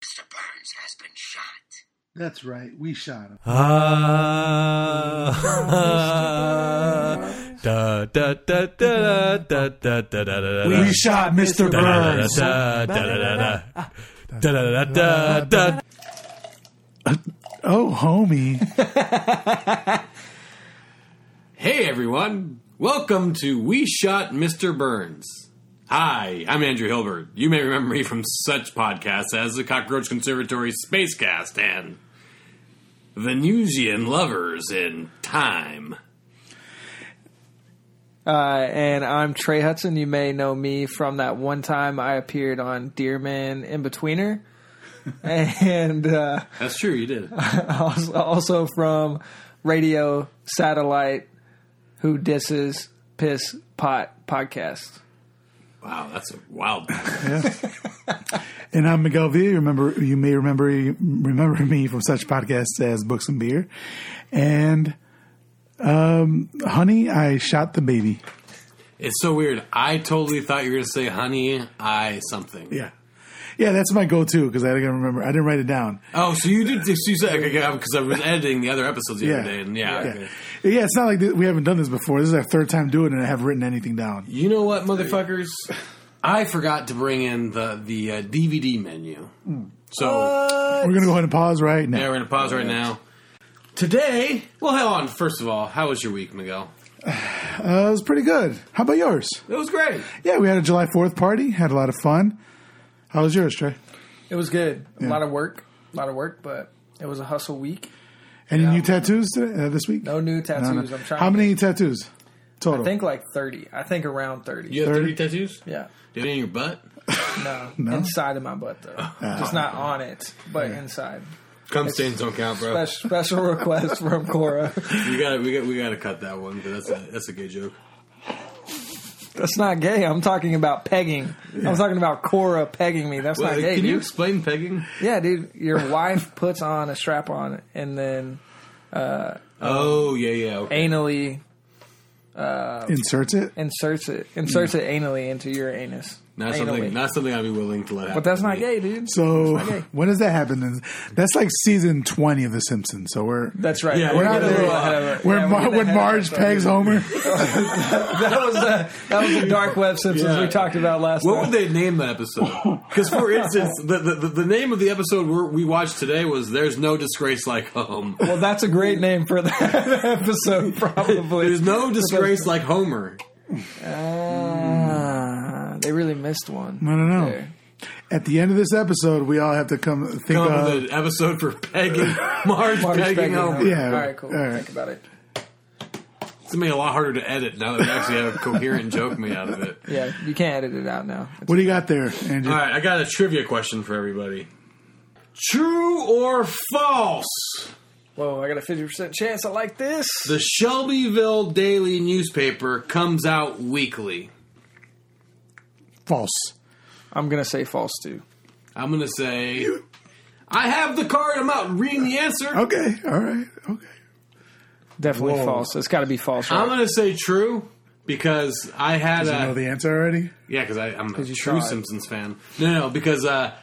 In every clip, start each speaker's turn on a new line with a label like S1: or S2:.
S1: Burns has been shot.
S2: That's right. We shot him.
S3: Ah, da da da da da da da da da da.
S4: We shot Mr. Burns.
S3: da da da da da da da da.
S2: Oh, homie.
S5: Hey everyone, welcome to We Shot Mr. Burns. Hi, I'm Andrew Hilbert. You may remember me from such podcasts as the Cockroach Conservatory Spacecast and Venusian Lovers in Time.
S6: Uh, and I'm Trey Hudson. You may know me from that one time I appeared on Dearman In Betweener. and uh,
S5: That's true, you did.
S6: also, also from Radio Satellite Who Disses Piss Pot Podcast.
S5: Wow, that's a wild.
S2: and I'm Miguel Villa. You remember, you may remember remember me from such podcasts as Books and Beer, and um, honey, I shot the baby.
S5: It's so weird. I totally thought you were going to say, honey, I something.
S2: Yeah, yeah, that's my go-to because I didn't remember. I didn't write it down.
S5: Oh, so you did. So you said, because I was editing the other episodes the
S2: Yeah.
S5: other day, and yeah.
S2: Yeah,
S5: okay.
S2: yeah. It's not like th- we haven't done this before. This is our third time doing it, and I have written anything down.
S5: You know what, motherfuckers? I forgot to bring in the the uh, DVD menu. So
S2: We're gonna go ahead and pause right
S5: yeah,
S2: now.
S5: we're gonna pause right now. Today, well, hell on. First of all, how was your week, Miguel?
S2: Uh, it was pretty good. How about yours?
S5: It was great.
S2: Yeah, we had a July Fourth party. Had a lot of fun. How was yours, Trey?
S6: It was good. A lot of work. A lot of work, but it was a hustle week.
S2: Any new tattoos today, uh, this week?
S6: No new
S2: I don't know.
S6: tattoos. I'm trying
S2: How
S6: to-
S2: many tattoos total?
S6: I think like 30. I think around 30.
S5: You have thirty tattoos? Do
S6: Yeah.
S5: you have any in your butt?
S6: No. Ah. Inside of my butt, though. Just not on it, but inside.
S5: Cum stains don't count, bro.
S6: Special, special request from Cora.
S5: We got we got we got to cut that one. 'cause That's a that's a gay joke.
S6: That's not gay. I'm talking about pegging. I'm talking about Cora pegging me. That's
S5: Well,
S6: not gay,
S5: can
S6: dude.
S5: you explain pegging?
S6: Yeah, dude. Your wife puts on a strap on and then
S5: Oh yeah yeah. Okay.
S6: anally
S2: Inserts it.
S6: inserts it, inserts it anally into your anus.
S5: Not
S6: Anally.
S5: something not something I'd be willing to let happen.
S6: but that's
S5: to
S6: not
S5: me.
S6: gay, dude.
S2: So
S6: Okay.
S2: when does that happen? Then that's like season twenty of The Simpsons. So we're
S6: That's right.
S5: Yeah, we're
S2: not
S6: getting a
S2: there.
S6: little ahead of it.
S2: where
S6: Yeah, we're
S2: Mar-
S6: getting
S2: when
S6: ahead of
S2: Marge
S6: ourselves.
S2: pegs Homer.
S6: That was a, that was the dark web Simpsons
S5: Yeah.
S6: we talked about last.
S5: What
S6: night.
S5: would they name that episode? Because, for instance, the, the, the name of the episode we're, we watched today was There's No Disgrace Like Home.
S6: Well, that's a great name for that episode, probably.
S5: There's No Disgrace Like Homer.
S6: Ah, they really missed one.
S2: I don't know.
S6: There.
S2: At the end of this episode, we all have to come think
S5: Come up
S2: of.
S5: with an episode for pegging Marge,
S6: Marge
S5: pegging,
S6: Beckman.
S5: Homer.
S2: Yeah.
S6: All right, cool.
S2: all right.
S6: Think about it.
S5: It's going to be a lot harder to edit now that we actually have a coherent joke made out of it.
S6: Yeah, you can't edit it out now. It's
S2: what do you got there, Andrew?
S5: All right, I got a trivia question for everybody. True or false?
S6: Whoa, I got a 50% chance I like this.
S5: The Shelbyville Daily newspaper comes out weekly.
S2: False.
S6: I'm going to say false too.
S5: I'm gonna say I have the card. I'm out reading the answer.
S2: Okay. All right. Okay.
S6: Definitely false. It's got to be false,
S5: I'm
S6: right?
S5: gonna say true because I had
S2: You know
S5: a
S2: the answer already.
S5: yeah because I'm a
S6: you
S5: true
S6: tried.
S5: Simpsons fan. No, no, because uh,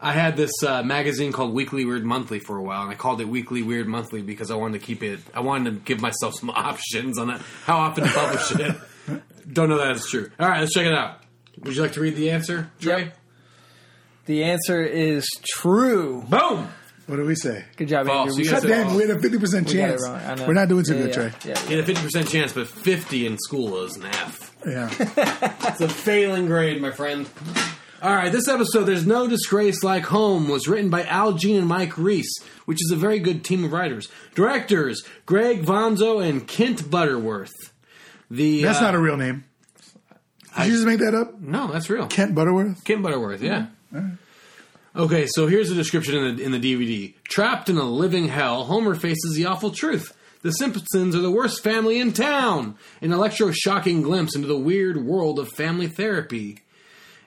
S5: I had this uh, magazine called Weekly Weird Monthly for a while, and I called it Weekly Weird Monthly because I wanted to keep it. I wanted to give myself some options on that, how often to publish it. Don't know that it's true. All right, let's check it out. Would you like to read the answer, Trey?
S6: Yep. the answer is true.
S5: Boom.
S2: What do we say?
S6: Good job,
S5: False.
S6: Andrew.
S5: You
S6: We
S5: guys
S6: got it
S5: are
S2: Damn, we had a fifty percent chance.
S6: wrong. I know.
S2: We're not doing too
S6: Yeah,
S2: good,
S6: yeah,
S2: Trey.
S6: Yeah, yeah.
S5: Yeah, fifty percent chance, but fifty in school is an F.
S2: Yeah.
S5: It's a failing grade, my friend. All right, this episode, There's No Disgrace Like Home, was written by Al Jean and Mike Reese, which is a very good team of writers. Directors, Greg Vonzo and Kent Butterworth. The
S2: That's
S5: uh,
S2: not a real name. Did you just make that up?
S5: No, that's real.
S2: Kent Butterworth.
S5: Kim Butterworth, yeah. Okay, so here's the description in the, in the DVD. Trapped in a living hell, Homer faces the awful truth. The Simpsons are the worst family in town. An electroshocking glimpse into the weird world of family therapy.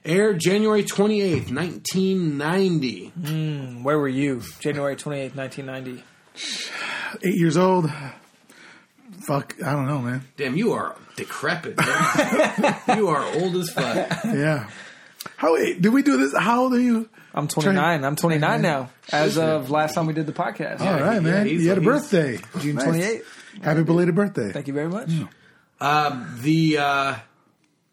S5: Aired January 28th, 1990.
S6: Where were you? January 28th, 1990.
S2: Eight years old. Fuck. I don't know, man.
S5: Damn, you are decrepit. man. you are old as fuck.
S2: eh, Yeah. How wait, did we do this? How old are you?
S6: I'm 29. I'm 29 now. As of last time we did the podcast.
S2: All right,
S5: he- yeah,
S2: man.
S5: he's-
S2: you had a
S5: he's-
S2: birthday, June
S6: Nice.
S2: 28th. Happy belated birthday.
S6: Thank you very much.
S5: The uh,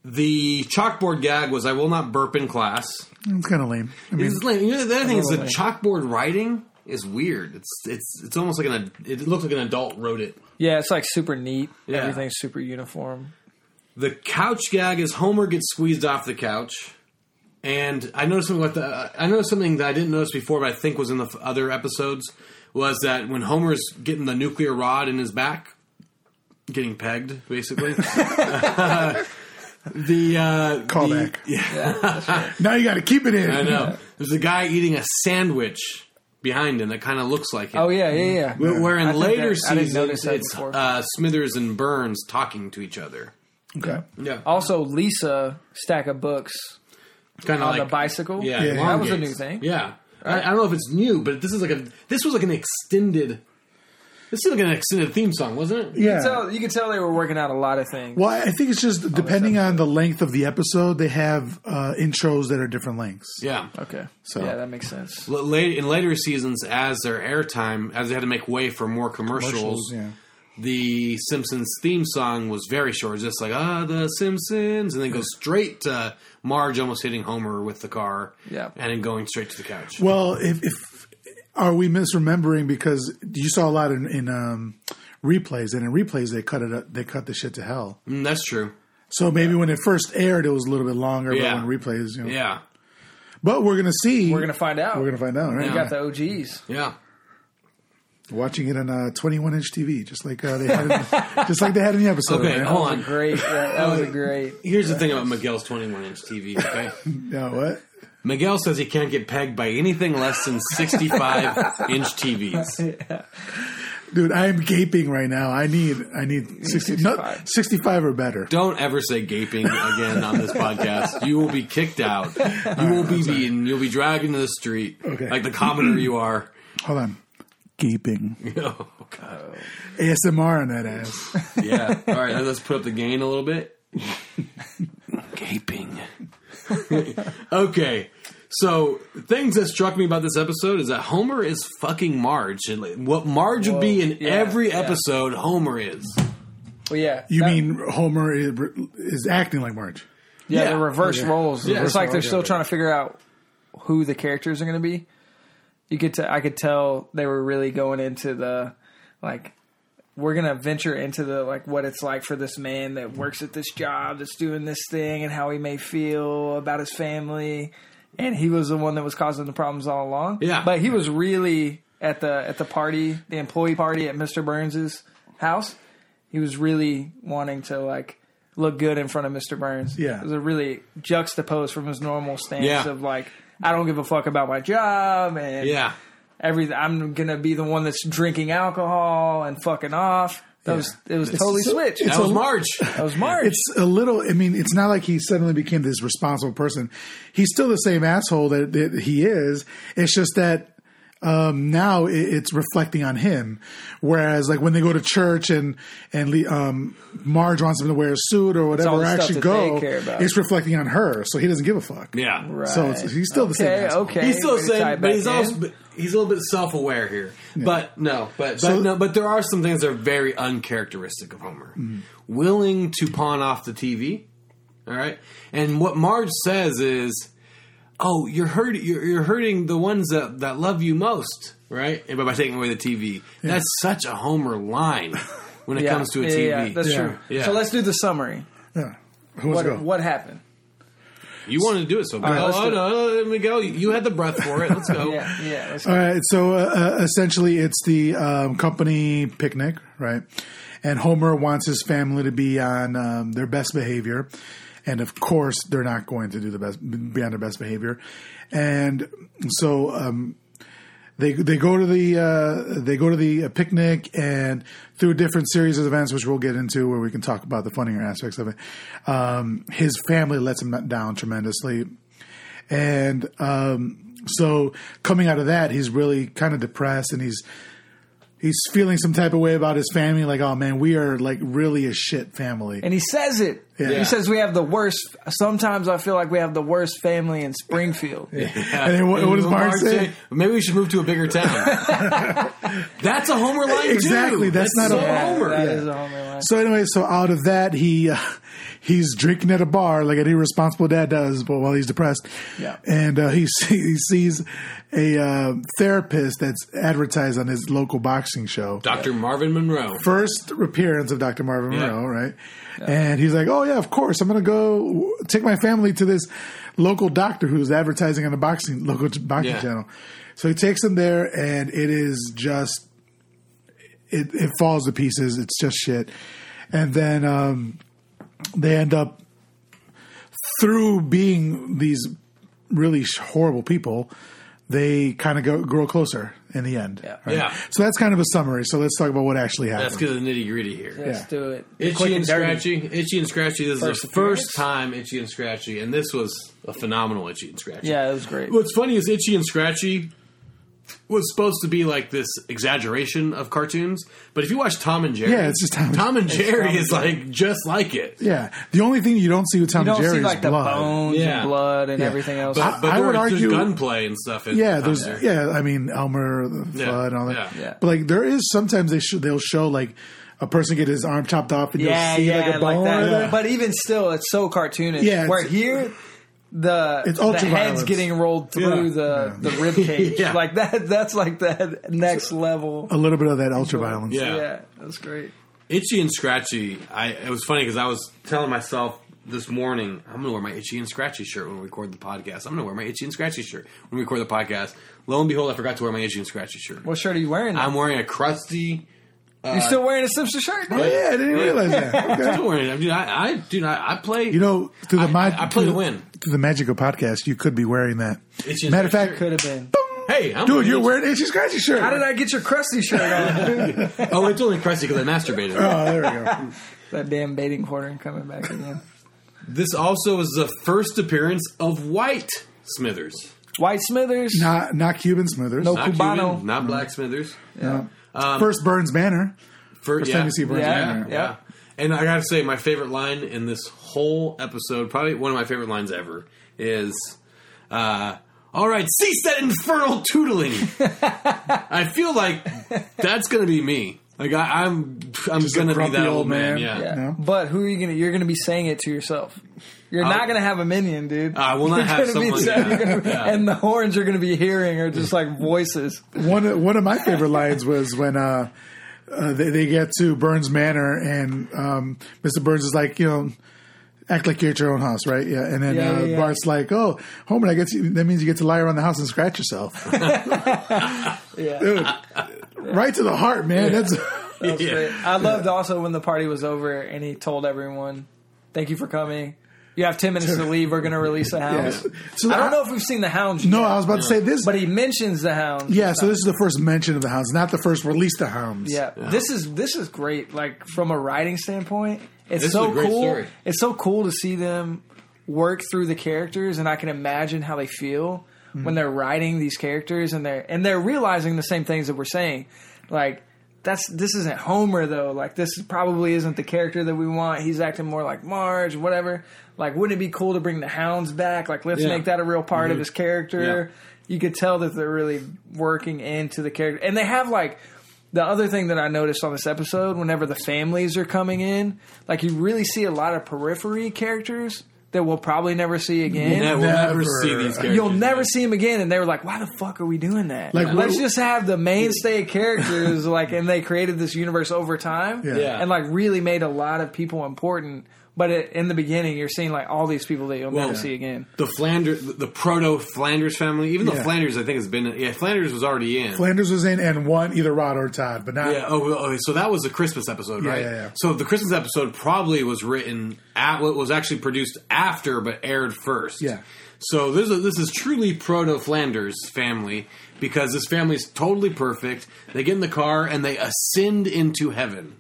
S5: the chalkboard gag was I will not burp in class.
S2: It's kind of lame. I mean,
S5: It's lame. You know, the other thing is the chalkboard writing is weird. It's it's it's almost like an ad- it looks like an adult wrote it.
S6: Yeah, it's like super neat.
S5: Yeah.
S6: Everything's super uniform.
S5: The couch gag is Homer gets squeezed off the couch, and I noticed something. Like the, uh, I noticed something that I didn't notice before, but I think was in the f- other episodes was that when Homer's getting the nuclear rod in his back, getting pegged basically. the uh,
S2: callback. now you got to keep it in.
S5: I know. There's a guy eating a sandwich behind him that kind of looks like him.
S6: Oh, yeah, yeah, yeah.
S5: Where where in
S6: I think
S5: later
S6: that- I didn't notice
S5: seasons,
S6: that
S5: it's
S6: before.
S5: uh, Smithers and Burns talking to each other.
S2: Okay.
S5: Yeah,
S6: Also, Lisa, stack of books
S5: kind of
S6: on
S5: like
S6: the bicycle.
S5: Yeah,
S2: Yeah.
S6: That was a
S5: elongates.
S6: new thing.
S5: Yeah, I, I don't know if it's new, but this is like a this was like an extended. This is like an extended theme song, wasn't it?
S2: Yeah.
S6: So you can tell they were working out a lot of things.
S2: well, I think it's just depending on the length of the episode, they have uh, intros that are different lengths.
S5: Yeah.
S6: Okay.
S2: So-
S6: yeah, that makes sense.
S5: L- Late, in later seasons, as their airtime, as they had to make way for more commercials,
S2: Commercials, yeah.
S5: the Simpsons theme song was very short. It's just like, ah, the Simpsons, and then goes straight to Marge almost hitting Homer with the car
S6: Yeah.
S5: and then going straight to the couch.
S2: Well, if, if are we misremembering because you saw a lot in, in um, replays, and in replays they cut it, up, they cut the shit to hell.
S5: Mm, that's true.
S2: So maybe when it first aired, it was a little bit longer.
S5: Yeah.
S2: But when replays, you know.
S5: Yeah.
S2: But we're gonna see.
S6: We're gonna find out.
S2: We're gonna find out. Right?
S6: We got the OGs.
S5: Yeah.
S2: Watching it on a 21 inch TV, just like uh, they had, in, just like they had in the episode.
S5: Okay,
S2: right?
S5: hold on.
S6: Great. Yeah, that was a great.
S5: Here's the thing about Miguel's 21 inch TV. Okay?
S2: Yeah, what?
S5: Miguel says he can't get pegged by anything less than 65 inch TVs.
S2: Dude, I am gaping right now. I need I need 60, no,
S6: 65.
S2: 65 or better.
S5: Don't ever say gaping again on this podcast. You will be kicked out. You will be beaten. You'll be dragged into the street
S2: Okay.
S5: like the commoner you are.
S2: Hold on. Gaping.
S5: Oh, God.
S2: ASMR on that ass.
S5: Yeah. All right. Let's put up the gain a little bit. Gaping. okay. So things that struck me about this episode is that Homer is fucking Marge, and like, what Marge would be in
S6: yeah,
S5: every
S6: yeah.
S5: episode, Homer is.
S6: Well, yeah.
S2: You
S6: that-
S2: mean Homer is, is acting like Marge?
S6: Yeah,
S5: Yeah.
S6: the reverse roles.
S5: Yeah.
S6: it's like they're
S2: roles,
S6: still
S2: yeah.
S6: trying to figure out who the characters are going to be. You could, t- I could tell they were really going into the like we're going to venture into the like what it's like for this man that works at this job that's doing this thing and how he may feel about his family. And he was the one that was causing the problems all along.
S5: Yeah.
S6: but he was really at the at the party, the employee party at Mister Burns's house. He was really wanting to like look good in front of Mr. Burns.
S2: Yeah.
S6: It was a really juxtaposed from his normal stance
S5: Yeah.
S6: of like, I don't give a fuck about my job and
S5: Yeah.
S6: everything. I'm gonna be the one that's drinking alcohol and fucking off. That was it was totally switched.
S5: That
S6: That
S5: was Marge.
S6: was March.
S2: It's a little, I mean, it's not like he suddenly became this responsible person. He's still the same asshole that, that he is. It's just that um, now it, it's reflecting on him. Whereas, like, when they go to church and, and Le- um, Marge wants him to wear a suit or whatever,
S6: all
S2: or
S6: the stuff
S2: actually
S6: that they
S2: go,
S6: care about.
S2: it's reflecting on her. So he doesn't give a fuck.
S5: Yeah.
S6: Right.
S2: So it's, he's still the same
S6: Okay,
S2: asshole.
S6: okay.
S5: He's still
S6: Way to tie
S5: saying, but
S6: it back
S5: he's also
S6: in.
S5: but he's a little bit self-aware here. But no, but but
S2: So-
S5: no, but there are some things that are very uncharacteristic of Homer. Willing to pawn off the TV, all right. And what Marge says is, "Oh, you're hurt. You're, you're hurting the ones that that love you most, right? And by- by taking away the TV, that's such a Homer line when it
S6: Yeah.
S5: comes to a
S6: Yeah,
S5: TV.
S6: yeah, that's
S2: Yeah.
S6: true.
S5: Yeah.
S6: So let's do the summary.
S2: Yeah. Who wants to
S6: What
S2: go?
S6: what happened?
S5: You wanted to do it so bad.
S6: right, let's
S5: oh
S6: do
S5: no, no, Miguel, you- you had the breath for it. Let's go.
S6: Yeah, yeah. let's-
S2: All right. So uh, uh, essentially, it's the um, company picnic, right? And Homer wants his family to be on um, their best behavior, and of course, they're not going to do the best be on their best behavior, and so um, they they go to the uh, they go to the uh, picnic and through a different series of events, which we'll get into, where we can talk about the funnier aspects of it. Um, his family lets him down tremendously, and um, so coming out of that, he's really kind of depressed, and he's he's feeling some type of way about his family. Like, oh man, we are like really a shit family.
S6: And he says it.
S2: Yeah.
S5: Yeah.
S6: He says we have the worst. Sometimes I feel like we have the worst family in Springfield.
S2: And then what- what does Mm-hmm. Mark
S5: Mark
S2: say?
S5: said, Maybe we should move to a bigger town. that's a Homer line too.
S2: Exactly, that's not
S5: so
S2: a- Yeah,
S5: Homer.
S6: that is a Homer line.
S2: So anyway, so out of that, he uh, he's drinking at a bar like an irresponsible dad does, but while he's depressed,
S6: Yeah.
S2: And uh, he, see, he sees a uh, therapist that's advertised on his local boxing show.
S5: Dr. Marvin Monroe.
S2: First appearance of Dr. Marvin
S5: Yeah.
S2: Monroe, right? And he's like, "Oh yeah, of course, I'm going to go take my family to this local doctor who's advertising on the boxing local boxing
S5: Yeah.
S2: channel." So he takes him there, and it is just it, it falls to pieces. It's just shit. And then um, they end up through being these really sh- horrible people, they kind of go grow closer in the end. Yeah.
S5: Yeah.
S2: So that's kind of a summary. So let's talk about what actually happened.
S5: That's because of the nitty gritty here.
S6: Let's do it. Quick
S5: Itchy and
S6: dirty.
S5: Scratchy. Itchy and Scratchy. This
S6: First
S5: is the first
S6: appearance.
S5: time Itchy and Scratchy, and this was a phenomenal Itchy and Scratchy.
S6: Yeah, it was great.
S5: What's funny is Itchy and Scratchy was supposed to be like this exaggeration of cartoons, but if you watch Tom and Jerry,
S2: Yeah, it's just Tom-
S5: and Jerry
S6: Tom and
S5: is like just like it.
S2: Yeah. The only thing you don't see with Tom
S6: You
S2: and
S6: don't
S2: Jerry
S6: see
S2: is
S6: like the
S2: blood.
S6: bones
S5: Yeah.
S6: and blood and
S2: Yeah.
S6: everything else.
S5: But, but
S2: I
S5: there
S2: would
S5: was-
S2: argue-
S5: there's gunplay and stuff. In
S2: Yeah,
S5: Tom
S2: there's
S5: and Jerry.
S2: yeah. I mean Elmer the
S5: Yeah,
S2: Fudd and all that.
S5: yeah.
S6: Yeah.
S2: But like there is sometimes they show, they'll show like a person get his arm chopped off and you'll
S6: yeah,
S2: see
S6: yeah,
S2: like a bone. or
S6: that.
S2: that.
S6: But even still, it's so cartoonish.
S2: Yeah,
S6: where
S2: it's-
S6: here the
S2: It's
S6: the
S2: ultra-violence.
S6: head's getting rolled through
S5: Yeah.
S6: the the rib cage.
S5: Yeah.
S6: Like that. That's like the next level.
S2: a little bit of that ultra violence.
S5: Yeah.
S6: that's great.
S5: Itchy and Scratchy. I it was funny because I was telling myself this morning I'm gonna wear my Itchy and Scratchy shirt when we record the podcast. I'm gonna wear my Itchy and Scratchy shirt when we record the podcast. Lo and behold, I forgot to wear my Itchy and Scratchy shirt.
S6: What shirt are you wearing?
S5: I'm wearing a crusty.
S6: You're still wearing a Simpson shirt?
S2: Oh,
S6: dude?
S2: yeah, I didn't realize that.
S5: I'm
S2: Okay.
S5: still wearing it. Dude, I, I dude, I, I play.
S2: You know, through the
S5: I-
S2: mag-
S5: I play to
S2: through-
S5: win.
S2: Through the magical podcast, you could be wearing that.
S5: Itchy and
S2: Matter of
S5: Scratchy
S2: fact, uh,
S6: Could have been.
S5: hey, I'm
S2: dude, you're
S5: itchy.
S2: wearing an itchy scratchy shirt.
S6: How did I get your crusty shirt on?
S5: Oh, it's only crusty because I masturbated.
S2: Oh, there we go.
S6: that damn baiting horn coming back again.
S5: This also was the first appearance of White Smithers.
S6: White Smithers.
S2: Not not Cuban Smithers.
S6: Nope.
S5: Not
S6: Cubano.
S5: Cuban, not Black Smithers.
S2: No.
S5: Um,
S2: First Burns Banner.
S5: Fir-
S2: First time you see Burns
S6: Yeah.
S2: Banner.
S5: Yeah. And I gotta say, my favorite line in this whole episode, probably one of my favorite lines ever, is uh, All right, cease that infernal tootling. I feel like that's gonna be me. Like, I, I'm I'm
S2: a
S5: gonna be
S2: grumpy
S5: that
S2: old
S5: old man.
S2: man.
S5: Yeah.
S6: Yeah.
S2: No.
S6: But who are you gonna? You're gonna be saying it to yourself. You're not gonna have a minion, dude.
S5: I will not
S6: You're
S5: have
S6: gonna be
S5: someone-
S6: saying-
S5: yeah.
S6: you're gonna be-
S5: Yeah.
S6: And the horns you're gonna be hearing are just like voices.
S2: one of, one of my favorite lines was when uh, uh, they, they get to Burns Manor and um, Mr. Burns is like, you know, act like you're at your own house, right? Yeah, and then
S6: Yeah,
S2: uh,
S6: yeah, yeah.
S2: Bart's like, oh, Homer, I guess you, that means you get to lie around the house and scratch yourself,
S6: Yeah.
S2: dude. Right to the heart, man. That's
S6: That's great. I loved also when the party was over and he told everyone, "Thank you for coming. You have ten minutes to leave. We're gonna release the hounds."
S2: So
S6: I
S2: I-
S6: don't know if we've seen the hounds.
S2: no.
S6: yet,
S2: I was about to say this,
S6: but he mentions the hounds.
S2: yeah. So this is the first mention of the hounds, not the first release the hounds.
S6: Yeah. This is this is great. Like from a writing standpoint, it's
S5: This is
S6: so
S5: a great
S6: cool.
S5: story.
S6: It's so cool to see them work through the characters, and I can imagine how they feel when they're writing these characters, and they're and they're realizing the same things that we're saying, like. That's this isn't Homer though. Like this probably isn't the character that we want. He's acting more like Marge, whatever. Like, wouldn't it be cool to bring the Hounds back? Like, let's
S5: Yeah.
S6: make that a real part of his character. You could tell that they're really working into the character, and they have like the other thing that I noticed on this episode, whenever the families are coming in, like you really see a lot of periphery characters that we'll probably never see again.
S5: Yeah, we'll never,
S2: Never.
S5: see these characters.
S6: You'll never see them again, and they were like, "Why the fuck are we doing that?
S2: Like,
S6: Like, let's
S2: what-
S6: just have the mainstay characters." like, and they created this universe over time,
S2: Yeah.
S5: Yeah.
S6: and like really made a lot of people important. But it, in the beginning, you're seeing like all these people that you'll
S5: Well,
S6: never see again.
S5: The Flanders, the proto Flanders family, even
S2: Yeah.
S5: though Flanders, I think, has been. Yeah, Flanders was already in.
S2: Flanders was in, and one either Rod or Todd, but not.
S5: Yeah. Oh, well, okay. So that was the Christmas episode,
S2: Yeah,
S5: right?
S2: yeah, yeah.
S5: So the Christmas episode probably was written at what was actually produced after, but aired first.
S2: Yeah.
S5: So this is, this is truly proto Flanders family because this family's totally perfect. They get in the car and they ascend into heaven.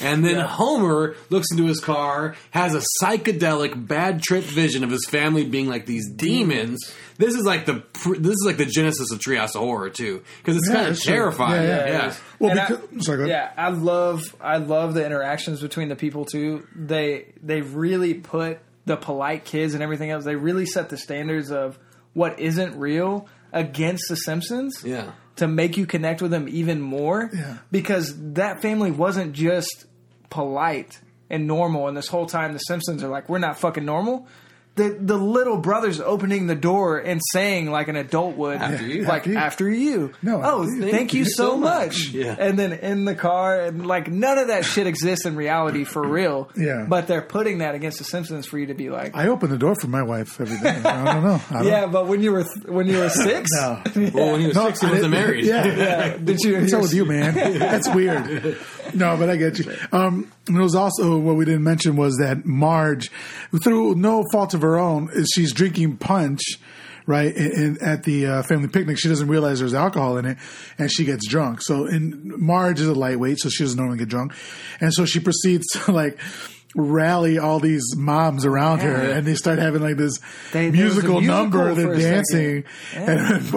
S5: And then Homer looks into his car, has a psychedelic bad trip vision of his family being like these demons. This is like the pr- this is like the genesis of Treehouse of Horror too, because it's
S2: Yeah,
S5: kind of
S2: that's true.
S5: terrifying.
S2: Yeah, yeah,
S5: yeah.
S6: it is.
S2: Well,
S6: And I-
S2: because, sorry, go ahead.
S6: yeah, I love I love the interactions between the people too. They they really put the polite kids and everything else. They really set the standards of what isn't real against the Simpsons.
S5: Yeah.
S6: to make you connect with them even more.
S2: Yeah.
S6: Because that family wasn't just polite and normal, and this whole time the Simpsons are like, we're not fucking normal. The the little brother's opening the door and saying like an adult would,
S5: After you.
S6: like
S2: After
S6: after
S2: you.
S6: you.
S2: No,
S6: oh,
S2: after you.
S6: thank, you so much.
S5: Yeah.
S6: And then in the car, and like none of that shit exists in reality for real.
S2: Yeah.
S6: But they're putting that against the Simpsons for you to be like,
S2: I open the door for my wife every day. I don't know. I don't,
S6: yeah. But when you were th- when you were six, uh,
S2: No.
S5: Well, when he was
S2: No,
S5: six, he
S2: I didn't-
S5: wasn't married.
S2: Yeah.
S6: did you?
S2: What's up with you, man? That's weird. No, but I get you. Um, and it was also what we didn't mention was that Marge, through no fault of her own, is she's drinking punch, right? In, in, at the uh, family picnic, she doesn't realize there's alcohol in it, and she gets drunk. So, and Marge is a lightweight, so she doesn't normally get drunk, and so she proceeds to like. Rally all these moms around her,
S6: Yeah.
S2: and they start having like this
S6: They- there was a
S2: musical,
S6: musical
S2: number.
S6: for
S2: They're
S6: a second.
S2: dancing,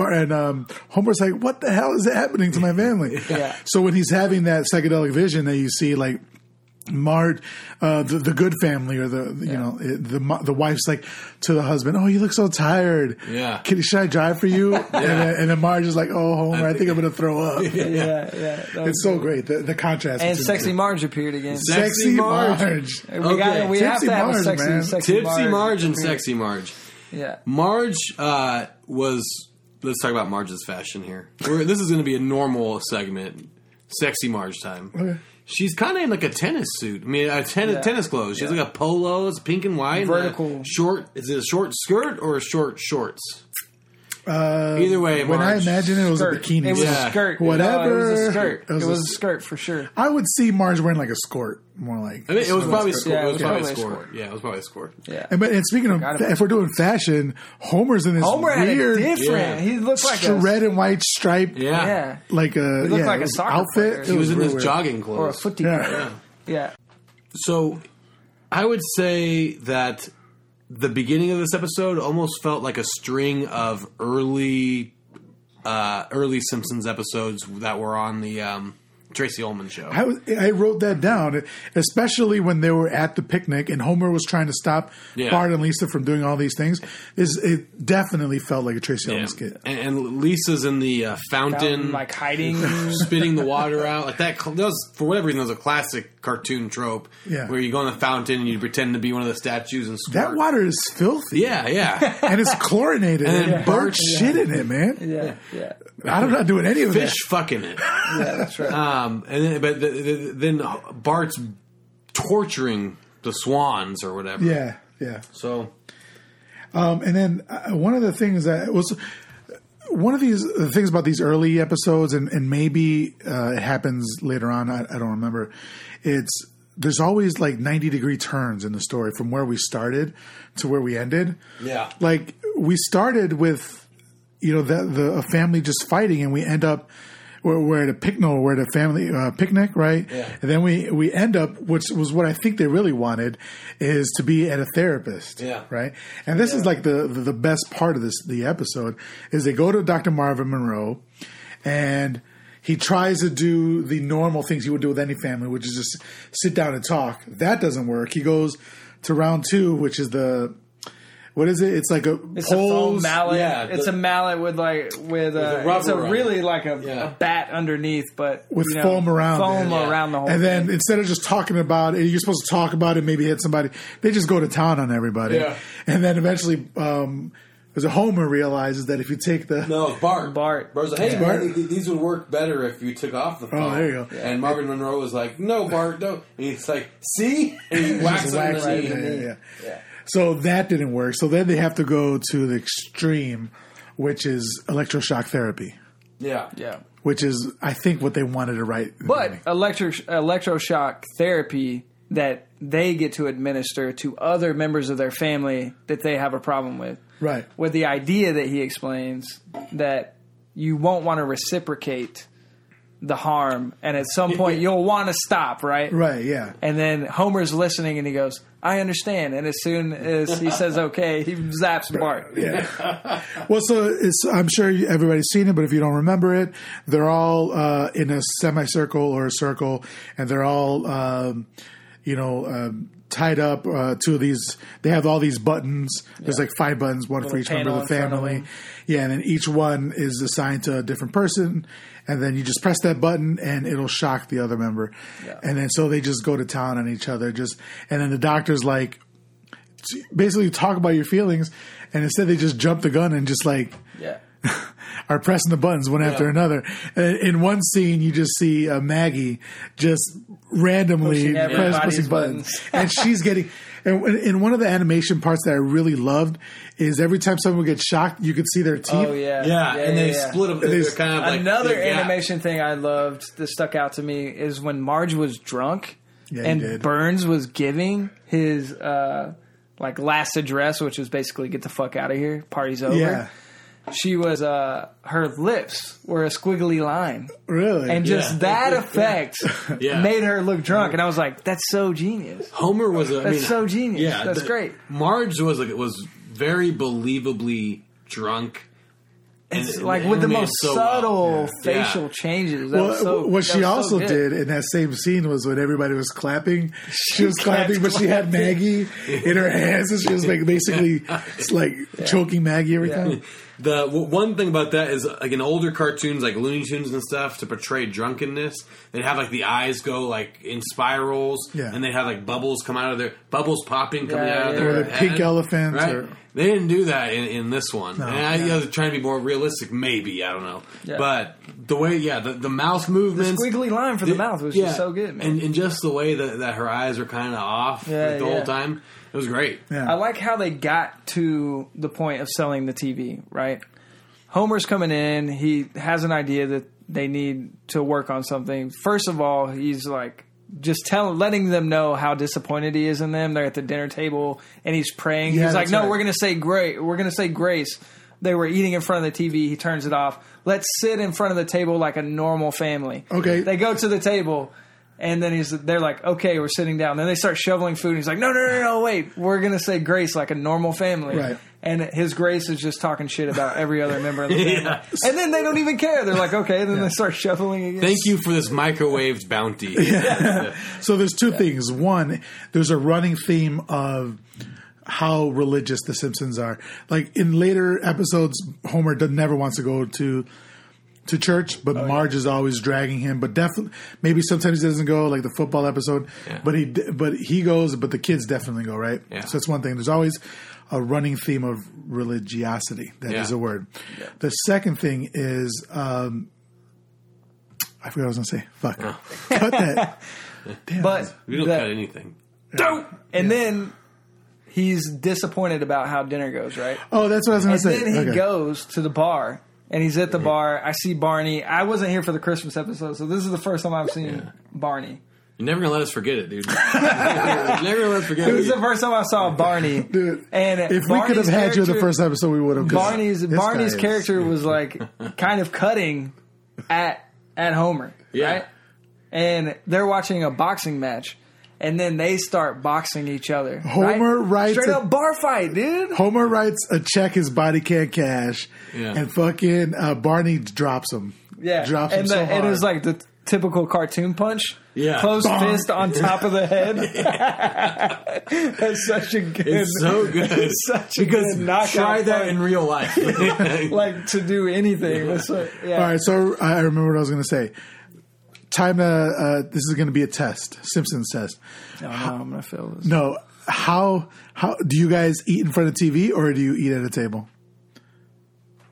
S2: and, and um, Homer's like, "What the hell is happening to my family?"
S6: Yeah.
S2: So when he's having that psychedelic vision that you see, like Marge, uh, the, the good family, or the you know it- the mo- the wife's like to the husband, "Oh, you look so tired.
S5: Yeah.
S2: Can, should I drive for you?" and, then, and then Marge is like, "Oh, Homer, I, think I'm gonna throw up."
S6: Yeah, yeah. that was
S2: It's so great the, the contrast.
S6: And
S2: between
S6: sexy
S2: the
S6: Marge appeared again.
S2: two. sexy
S5: Sexy Marge.
S2: Marge.
S6: we
S5: Okay.
S6: gotta, we have
S2: Tipsy
S6: to have
S2: Marge,
S6: a sexy,
S2: man.
S6: sexy
S5: Tipsy
S6: Marge.
S5: Marge and Sexy Marge.
S6: Yeah.
S5: Marge uh, was. Let's talk about Marge's fashion here. We're, this is going to be a normal segment, sexy Marge time.
S2: Okay.
S5: She's kind of in like a tennis suit. I mean, a ten-
S6: Yeah.
S5: tennis clothes. She has like a polo. It's pink and white. and a
S6: Vertical.
S5: short. Is it a short skirt or a short shorts? Uh, Either way,
S2: When I
S5: Marge-
S2: imagine it, it was a
S6: Skirt.
S2: bikini.
S6: It was
S5: Yeah.
S6: a skirt.
S2: Whatever.
S6: No, it was a skirt.
S2: It
S6: It
S2: was
S6: was,
S2: a
S6: a
S2: s-
S6: skirt for sure.
S2: I would see Marge wearing like a skirt, more like.
S5: I mean, it was probably a score.
S6: Yeah,
S5: it was probably a score.
S6: score.
S5: Yeah, it was probably a score.
S6: Yeah.
S2: And, but, and speaking of,
S6: Forgot about
S2: if we're doing fashion, Homer's in this
S6: Homer had a
S2: weird
S6: different.
S5: Yeah.
S6: He looked like a
S2: red and white stripe,
S5: Yeah.
S6: yeah,
S2: like a,
S6: He looked
S2: yeah,
S6: like
S2: it
S6: a
S2: was
S6: soccer
S2: outfit.
S6: player.
S2: It
S5: He was in
S2: really
S5: his
S2: weird.
S5: jogging clothes
S6: or a footy.
S2: Yeah.
S6: yeah.
S5: So, I would say that the beginning of this episode almost felt like a string of early, uh, early Simpsons episodes that were on the um, Tracy Ullman show.
S2: I, was, I wrote that down, especially when they were at the picnic and Homer was trying to stop
S5: Yeah.
S2: Bart and Lisa from doing all these things. Is it definitely felt like a Tracy Ullman skit?
S5: and, and Lisa's in the uh, fountain,
S6: Fountain, Um, like hiding.
S5: spitting the water out. Like that, cl- that was, for whatever reason, that was a classic cartoon trope
S2: Yeah.
S5: where you go in the fountain and you pretend to be one of the statues and squirt.
S2: That water is filthy
S5: Yeah, yeah.
S2: and it's chlorinated and, Bart
S5: And Bart-
S2: shit in it, man.
S6: yeah, yeah,
S2: I'm not doing any of
S5: Fish
S2: that.
S5: fucking it.
S6: yeah. That's right.
S5: Um, and then, but th th then Bart's torturing the swans or whatever.
S2: Yeah, yeah.
S5: So
S2: Um, and then uh, one of the things that was one of these the things about these early episodes, and, and maybe uh, it happens later on. I, I don't remember. It's there's always like 90 degree turns in the story from where we started to where we ended.
S5: Yeah.
S2: like we started with you know the, the a family just fighting, and we end up. We're, we're at a picnic. We're at a family uh, picnic, right?
S5: Yeah.
S2: And then we we end up, which was what I think they really wanted, is to be at a therapist.
S5: Yeah.
S2: Right. And this is like the, the the best part of this the episode is they go to Dr. Marvin Monroe, and he tries to do the normal things he would do with any family, which is just sit down and talk. That doesn't work. He goes to round two, which is the what is it? It's like a
S6: It's a foam
S2: poles-
S6: mallet.
S5: yeah,
S6: it's
S5: the-
S6: a mallet with like with, uh,
S5: rubber
S6: it's a
S5: on it.
S6: really like a,
S5: Yeah.
S6: a bat underneath, but
S2: With
S6: you know,
S2: foam around
S6: foam
S2: it. Yeah.
S6: around the whole.
S2: And then
S6: thing.
S2: instead of just talking about it, you're supposed to talk about it, maybe hit somebody. They just go to town on everybody.
S5: Yeah.
S2: And then eventually, um, because Homer realizes that if you take the
S5: no, Bart.
S6: Bart.
S5: Bart's like, hey,
S2: Bart.
S5: man, th- these would work better if you took off the phone.
S2: there you go.
S5: And Marvin Monroe was like, no, Bart, no. And he's like, see? And he whacks
S2: Just
S5: him in
S2: wax
S5: the
S2: it,
S5: knee.
S2: yeah, yeah, yeah. So that didn't work. So then they have to go to the extreme, which is electroshock therapy,
S5: Yeah.
S6: yeah.
S2: which is I think what they wanted to write. in the
S6: But
S2: beginning.
S6: electric electroshock therapy that they get to administer to other members of their family that they have a problem with.
S2: Right.
S6: with the idea that he explains that you won't want to reciprocate the harm, and at some point you'll want to stop, right?
S2: Right. Yeah.
S6: And then Homer's listening, and he goes, "I understand." And as soon as he says "okay," he zaps Bart.
S2: Well, so it's, I'm sure you- everybody's seen it, but if you don't remember it, they're all uh, in a semicircle or a circle, and they're all, um, you know, um, tied up uh, to these. They have all these buttons. There's like five buttons, one for
S6: Little
S2: each member of the
S6: panel in front of
S2: family.
S6: them.
S2: Yeah, and then each one is assigned to a different person, and then you just press that button, and it'll shock the other member.
S6: Yeah.
S2: And then so they just go to town on each other. Just and then the doctor's like, basically talk about your feelings, and instead they just jump the gun and just like
S6: Yeah.
S2: are pressing the buttons one after another. And in one scene, you just see uh, Maggie just randomly
S6: Pushing
S2: press-
S6: everybody's
S2: pressing buttons, and she's getting. And in- in one of the animation parts that I really loved is every time someone would get shocked, you could see their teeth.
S6: Oh yeah.
S5: Yeah, and they
S6: yeah.
S5: split them.
S2: They-
S5: They're kind of like
S6: Another
S5: they're gap.
S6: animation thing I loved that stuck out to me is when Marge was drunk
S2: Yeah, you
S6: and
S2: did.
S6: Burns was giving his uh, like last address, which was basically "get the fuck out of here, party's over."
S2: Yeah,
S6: She was uh, her lips were a squiggly line,
S2: really.
S6: and just
S5: Yeah.
S6: that effect
S5: Yeah.
S6: made her look drunk. And I was like, "That's so genius."
S5: Homer was. A, I
S6: That's
S5: mean,
S6: so genius. That's
S5: the-
S6: great.
S5: Marge was like was very believably drunk. and-
S6: It's
S5: and
S6: like with the
S5: animated
S6: most
S5: so well.
S6: subtle
S5: Yeah.
S6: facial changes. That
S2: well,
S6: was so,
S2: what
S6: that
S2: she
S6: was so
S2: also
S6: good.
S2: did in that same scene was when everybody was clapping, she was clapping, but she had Maggie in her hands, and she was like basically like choking Maggie every time.
S5: The w- one thing about that is like in older cartoons, like Looney Tunes and stuff, to portray drunkenness, they'd have like the eyes go like in spirals,
S2: Yeah.
S5: and they'd have like bubbles come out of their bubbles popping coming
S6: Yeah,
S5: out of
S6: yeah,
S5: their
S6: yeah.
S2: Or the pink
S5: head,
S2: elephants
S5: Right?
S2: or-
S5: They didn't do that in, in this one. and I, you know, they're trying to be more realistic, maybe I don't know,
S6: Yeah.
S5: but the way, yeah, the, the mouth movements,
S6: Squiggly line for the, mouth was
S5: yeah,
S6: just so good, man.
S5: and, and just the way that, that her eyes were kind of off
S6: Yeah,
S5: like, the
S6: yeah.
S5: whole time, it was great.
S2: Yeah.
S6: I like how they got to the point of selling the TV, right? Homer's coming in. He has an idea that they need to work on something. First of all, he's like just telling, letting them know how disappointed he is in them. They're at the dinner table and he's praying.
S2: Yeah,
S6: he's like,
S2: that's
S6: "No,
S2: right.
S6: we're gonna say great. We're gonna say grace." They were eating in front of the TV. He turns it off. Let's sit in front of the table like a normal family.
S2: Okay.
S6: They go to the table. And then he's they're like, okay, we're sitting down. Then they start shoveling food. He's like, no, no, no, no, wait, we're gonna say grace like a normal family.
S2: Right.
S6: And his grace is just talking shit about every other member of the family. And then they don't even care. They're like, okay. Then they start shoveling again.
S5: Thank you for this microwaved bounty.
S2: So there's two things. One, there's a running theme of how religious the Simpsons are. Like in later episodes, Homer does, never wants to go to to church,
S5: Oh,
S2: but Marge is always dragging him. But definitely, maybe sometimes he doesn't go, like the football episode.
S5: Yeah.
S2: But he d- but he goes, but the kids definitely go, right?
S5: Yeah.
S2: So that's one thing. There's always a running theme of religiosity. That is
S5: Yeah.
S2: a word. The second thing is. Um, I forgot what I was gonna say. Fuck,
S5: Uh-huh.
S2: cut that. Damn.
S6: But
S5: We don't
S6: the-
S5: cut anything.
S6: and then he's disappointed about how dinner goes, right?
S2: Oh, that's what I was going
S6: And
S2: to say.
S6: then he
S2: Okay.
S6: goes to the bar and he's at the bar. I see Barney. I wasn't here for the Christmas episode, so this is the first time I've seen Barney.
S5: You're never gonna let us forget it, dude. You're never gonna let us forget
S6: It was
S5: it.
S6: the first time I saw Barney.
S2: Dude,
S6: and
S2: if we could have
S6: Barney's
S2: had you in the
S6: character-
S2: first episode, we would have. 'cause
S6: Barney's
S2: this
S6: Barney's
S2: guy is-
S6: character was like kind of cutting at at Homer,
S5: Yeah.
S6: right? And they're watching a boxing match, and then they start boxing each other. right?
S2: Homer writes
S6: straight
S2: a-
S6: up bar fight, dude.
S2: Homer writes a check his body can't cash,
S5: Yeah.
S2: and fucking uh, Barney drops him.
S6: Yeah,
S2: drops him
S6: and, the,
S2: so hard.
S6: and it was like the typical cartoon punch.
S5: Yeah.
S6: closed
S2: Bonk.
S6: fist on top of the head. That's such a good.
S5: It's so good.
S6: It's such a
S5: because
S6: good knockout
S5: try that
S6: punch.
S5: in real life.
S6: like to do anything. That's what- yeah.
S2: All right, so I I remember what I was going to say. Time to. Uh, this is going to be a test, Simpsons test.
S6: Oh, no, I'm gonna fail this.
S2: No, how how do you guys eat in front of TV or do you eat at a table?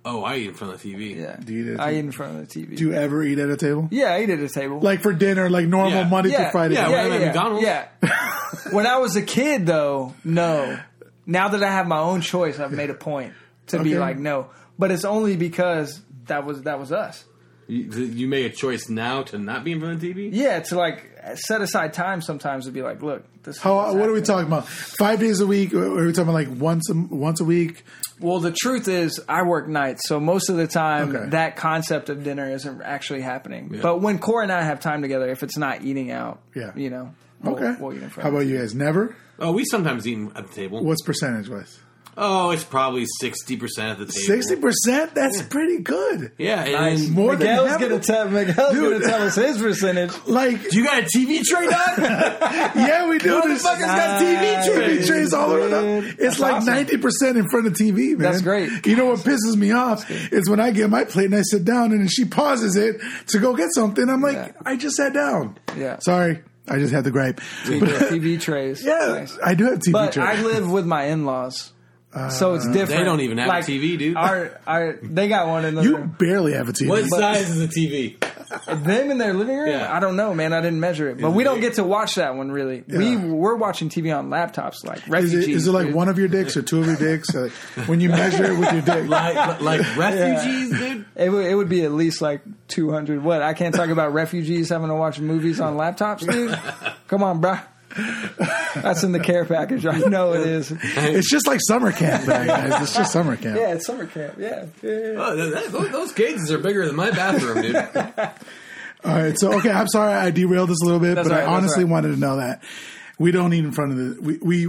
S5: oh, I eat in front of the TV.
S6: Yeah.
S2: Do you eat at a
S6: I
S2: table?
S6: eat in front of the TV.
S2: Do you ever eat at a table?
S6: yeah, I eat at a table.
S2: Like for dinner, like normal
S5: Yeah.
S2: Monday
S6: yeah,
S2: through Friday.
S5: yeah,
S2: dinner?
S5: when I'm at McDonald's.
S6: yeah. when I was a kid, though, no. Now that I have my own choice, I've made a point to be
S2: Okay.
S6: like no. But it's only because that was that was us.
S5: You, you made a choice now to not be in front of the TV.
S6: Yeah, to like set aside time sometimes to be like, look, this. is
S2: How,
S6: what's
S2: Oh, what are we
S6: happening.
S2: talking about? Five days a week? Or are we talking about like once a, once a week?
S6: Well, the truth is, I work nights, so most of the time
S2: Okay.
S6: that concept of dinner isn't actually happening. But when Corey and I have time together, if it's not eating out,
S2: Yeah.
S6: you know, we'll-
S2: Okay.
S6: we'll eat in front
S2: How
S6: of
S2: about you guys? Never?
S5: Oh, we sometimes eat at the table.
S2: What's percentage wise?
S5: Oh, it's probably sixty percent at the table.
S2: 60%? That's pretty good.
S5: Yeah, and then-
S2: More than
S6: Miguel's
S2: half of
S6: gonna
S2: it.
S6: tell Miguel's
S2: Dude.
S6: gonna tell us his percentage.
S2: Like,
S5: Do you got a TV tray, dog?
S2: yeah, we do this.
S5: Motherfuckers got
S6: TV
S2: TV
S6: trays,
S2: trays all over the.
S6: dude.
S2: It's
S6: That's
S2: like
S6: awesome.
S2: ninety percent in front of TV, man.
S6: That's great.
S2: You know what pisses me off is when I get my plate and I sit down and she pauses it to go get something. I'm like,
S6: Yeah.
S2: I just sat down.
S6: Yeah.
S2: Sorry, I just had the gripe. But-
S6: TV trays.
S2: yeah,
S6: Nice.
S2: I do have TV
S6: But
S2: trays.
S6: I live with my in laws. So it's different.
S5: They don't even have a TV, dude.
S6: Our, our, they got one in the
S2: you
S6: room.
S2: barely have a TV.
S5: What size is the TV?
S6: Them in their living room?
S5: Yeah.
S6: I don't know, man. I didn't measure it. But we don't get to watch that one, really. We,
S2: Yeah.
S6: we're watching TV on laptops, like
S2: Is
S6: refugees.
S2: it, is it like
S6: dude.
S2: one of your dicks or two of your dicks? Like, when you measure it with your dick,
S5: Like, like refugees, dude.
S6: It would, it would be at least like 200. What? I can't talk about refugees having to watch movies on laptops, dude? Come on, bro. That's in the care package. I know it is. Yeah,
S2: it's just like summer camp, man, guys. It's just summer camp.
S6: it's summer camp. Yeah. yeah, yeah.
S5: Oh, that, that- those, those cages are bigger than my bathroom, dude.
S2: All right. So okay, I'm sorry I derailed this a little bit,
S6: That's
S2: but
S6: all right,
S2: I
S6: that's
S2: honestly
S6: all right.
S2: wanted to know that we don't eat in front of the we, we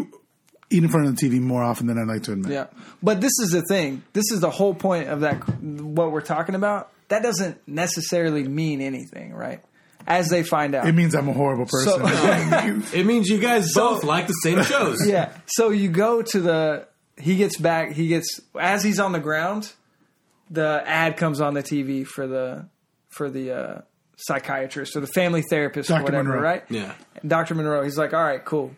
S2: eat in front of the TV more often than I'd like to admit.
S6: Yeah. But this is the thing. This is the whole point of that what we're talking about. That doesn't necessarily mean anything, right? As they find out.
S2: It means I'm a horrible person.
S5: It means you guys both like the same shows.
S6: yeah. So you go to the he gets back, he gets as he's on the ground, the ad comes on the TV for the for the uh psychiatrist or the family therapist
S2: Dr.
S6: or whatever,
S2: Monroe.
S6: right?
S5: Yeah.
S6: Dr. Monroe, he's like, "All right, cool.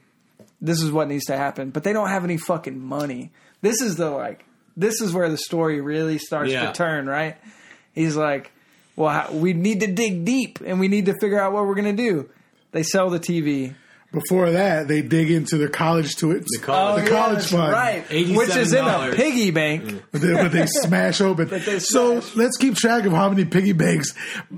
S6: This is what needs to happen." But they don't have any fucking money. This is the like this is where the story really starts
S5: Yeah.
S6: to turn, right? He's like, "Well, how, we need to dig deep and we need to figure out what we're going to do." They sell the TV.
S2: Before that, they dig into their college tuition, the
S5: college-
S2: the college
S6: Oh, yeah,
S2: fund,
S6: that's right? Which is in a
S5: $87.
S6: piggy bank.
S2: But they, but they smash open.
S6: they
S2: so
S6: smash.
S2: let's keep track of how many piggy banks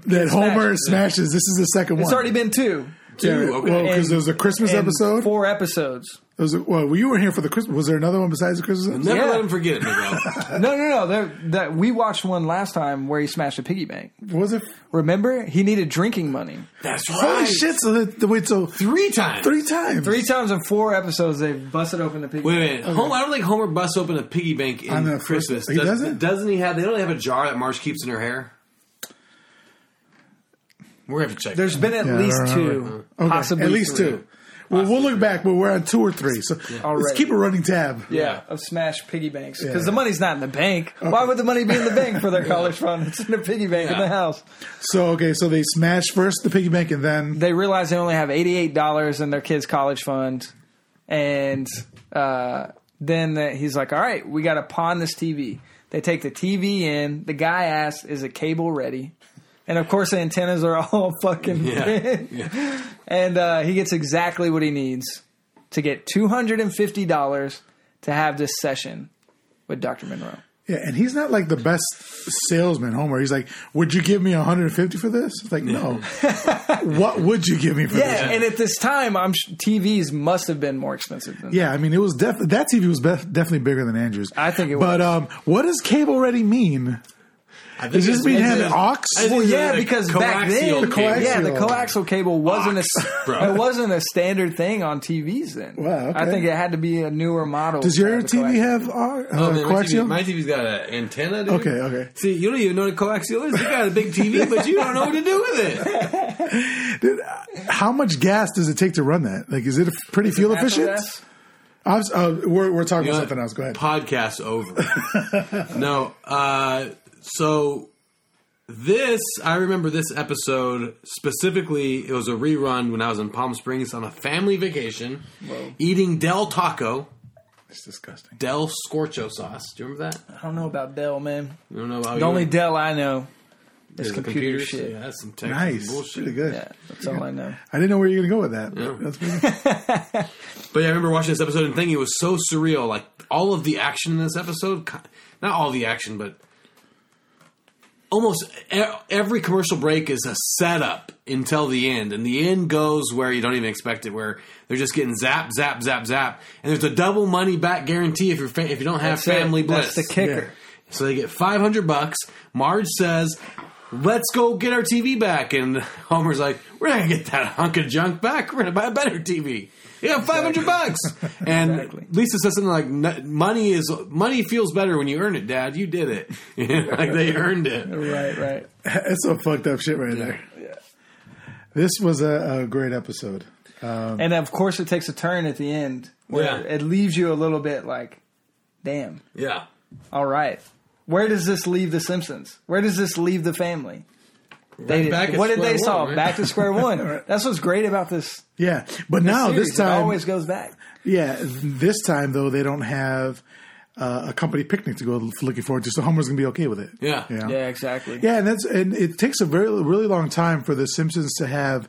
S2: that Homer
S6: smashed.
S2: smashes. This is the second
S6: It's
S2: one.
S6: already been two
S5: Two,
S2: Yeah,
S5: okay.
S2: Well, because
S6: And-
S2: there was a Christmas
S6: and
S2: episode.
S6: four episodes.
S2: There was a, well, you were here for the Christmas. Was there another one besides the Christmas episode?
S5: Never
S6: Yeah.
S5: let him forget it, Miguel.
S2: Uh,
S6: No, no, no. there- That we watched one last time where he smashed a piggy bank.
S2: Was it?
S6: Remember, he needed drinking money.
S5: That's right.
S2: Holy shit! So the, the wait, so
S5: Three times.
S2: three times,
S6: Three times in four episodes, they busted open the piggy.
S5: Wait a minute. Homer, I don't think Homer busts open a piggy bank in
S2: On the first-
S5: Christmas.
S2: he doesn't?
S5: Doesn't he have? They don't have a jar that Marge keeps in her hair. We're gonna have to check.
S6: There's been at
S2: Yeah, I
S6: least
S2: don't
S5: Uh-huh.
S6: two,
S2: Okay,
S6: possibly
S2: at least
S6: three.
S2: two. Well, we'll look back, but we're on two or three, so let's
S6: Already.
S2: keep a running tab.
S6: Yeah, of smashed piggy banks because
S2: Yeah.
S6: the money's not in the bank. Why would the money be in the bank for their college fund? It's in a piggy bank in
S5: Yeah.
S6: the house.
S2: So okay, so they smash first the piggy bank, and then
S6: They realize they only have eighty eight dollars in their kids' college fund, and uh, then the, he's like, "All right, we got to pawn this TV." They take the TV in. The guy asks, "Is a cable ready?" And of course, the antennas are all fucking.
S5: Yeah.
S6: and uh, he gets exactly what he needs to get two hundred and fifty dollars to have this session with Doctor Monroe.
S2: yeah, and he's not like the best salesman, Homer. He's like, "Would you give me 150 for this?" It's like, no. what would you give me for
S6: Yeah,
S2: this?
S6: and at this time, I'm sh- TVs must have been more expensive than
S2: Yeah, I mean, it was def- that TV was bef- definitely bigger than Andrew's.
S6: I think it
S2: But
S6: was.
S2: um, what does cable ready mean?
S5: I think
S2: Does this
S5: it's-
S2: mean it had
S5: it's
S2: an
S5: a-
S2: aux?
S5: I think
S6: Well,
S5: it's
S6: yeah,
S5: a
S6: because back
S5: coaxial
S6: then,
S5: cable.
S2: coax-
S6: yeah, the
S2: Coaxial.
S6: coaxial cable wasn't a
S5: bro.
S6: it wasn't a standard thing on TVs then.
S2: Wow, okay.
S6: I think it had to be a newer model.
S2: Does your
S6: to have
S2: TV
S6: a coaxial.
S2: have uh,
S5: Oh,
S2: uh,
S5: man, my, TV,
S2: coaxial?
S5: my TV's got an antenna. Dude.
S2: Okay, okay.
S5: See, you don't even know what coaxial is. You got a big TV, but you don't know what to do with it.
S2: Dude, uh, how much gas does it take to run that? Like, is it pretty fuel
S6: natural
S2: efficient?
S6: gas?
S2: I was, uh, we're, we're talking
S5: You know
S2: about something
S5: what?
S2: else. Go ahead.
S5: Podcast over. no, uh, so this I remember this episode specifically. It was a rerun when I was in Palm Springs on a family vacation, eating Del Taco,
S2: It's disgusting.
S5: Del Scorcho sauce. Do you remember that?
S6: I don't know about Dell, man.
S5: You don't know how
S6: The
S5: you
S6: only Dell I know is
S5: is
S6: computer,
S5: computers?
S6: shit.
S5: Yeah,
S6: Yeah.
S5: that's some Texas
S2: Nice.
S5: bullshit.
S2: Pretty good.
S6: that's all I know.
S2: I didn't know where you were going to go with that.
S5: Yeah.
S2: That's pretty good.
S5: But yeah, I remember watching this episode and thinking it was so surreal. Like all of the action in this episode, ki- not all the action, but almost e- every commercial break is a setup until the end, and the end goes where you don't even expect it. Where they're just getting zap, zap, zap, zap, and there's a double money back guarantee if you're fa- if you don't have
S6: That's it.
S5: family bliss.
S6: That's the kicker.
S2: Yeah.
S5: So they get 500 bucks. Marge says, "Let's go get our TV back." And Homer's like, "We're not gonna get that hunk of junk back. We're gonna buy a better TV." Yeah, 500 bucks. And
S6: Exactly.
S5: Lisa says something like, "N- "Money is money feels better when you earn it, Dad. You did it. like they earned it."
S6: Right, right.
S2: That's some fucked up shit right there. This was a, a great episode. Um,
S6: and of course, it takes a turn at the end where
S5: Yeah.
S6: it leaves you a little bit like, damn,
S5: Yeah.
S6: all right. Where does this leave the Simpsons? Where does this leave the family? They did,
S5: back at
S6: what did they
S5: square one,
S6: solve?
S5: right?
S6: Back to square one. That's what's great about this.
S2: Yeah, but now
S6: series.
S2: this time,
S6: it always goes back.
S2: yeah, this time though they don't have uh, a company picnic to go looking forward to, so Homer's gonna be okay with it.
S5: Yeah.
S2: you know?
S6: Yeah, exactly.
S2: Yeah, and that's and it takes a very really long time for the Simpsons to have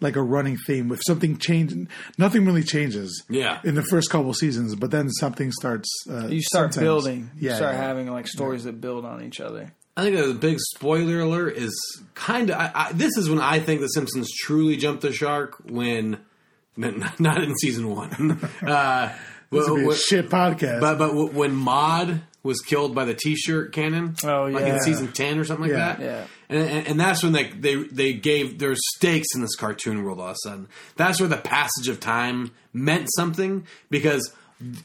S2: like a running theme with something changing. Nothing really changes.
S5: Yeah.
S2: in the first couple seasons, but then something starts. Uh,
S6: You start
S2: sometimes-
S6: building. You
S2: Yeah,
S6: start
S2: yeah.
S6: having like stories that build on each other.
S5: I think that the big spoiler alert is kind of. I, I, this is when I think the Simpsons truly jumped the shark when, n- n- not in season one. uh,
S2: This would be a
S5: wh- wh-
S2: shit podcast.
S5: But but w- when Mod was killed by the T-shirt cannon,
S6: Oh,
S5: like
S6: yeah.
S5: in season ten or something
S2: Yeah.
S5: like that,
S6: Yeah.
S5: and, and and that's when they they they gave there's stakes in this cartoon world all of a sudden. That's where the passage of time meant something because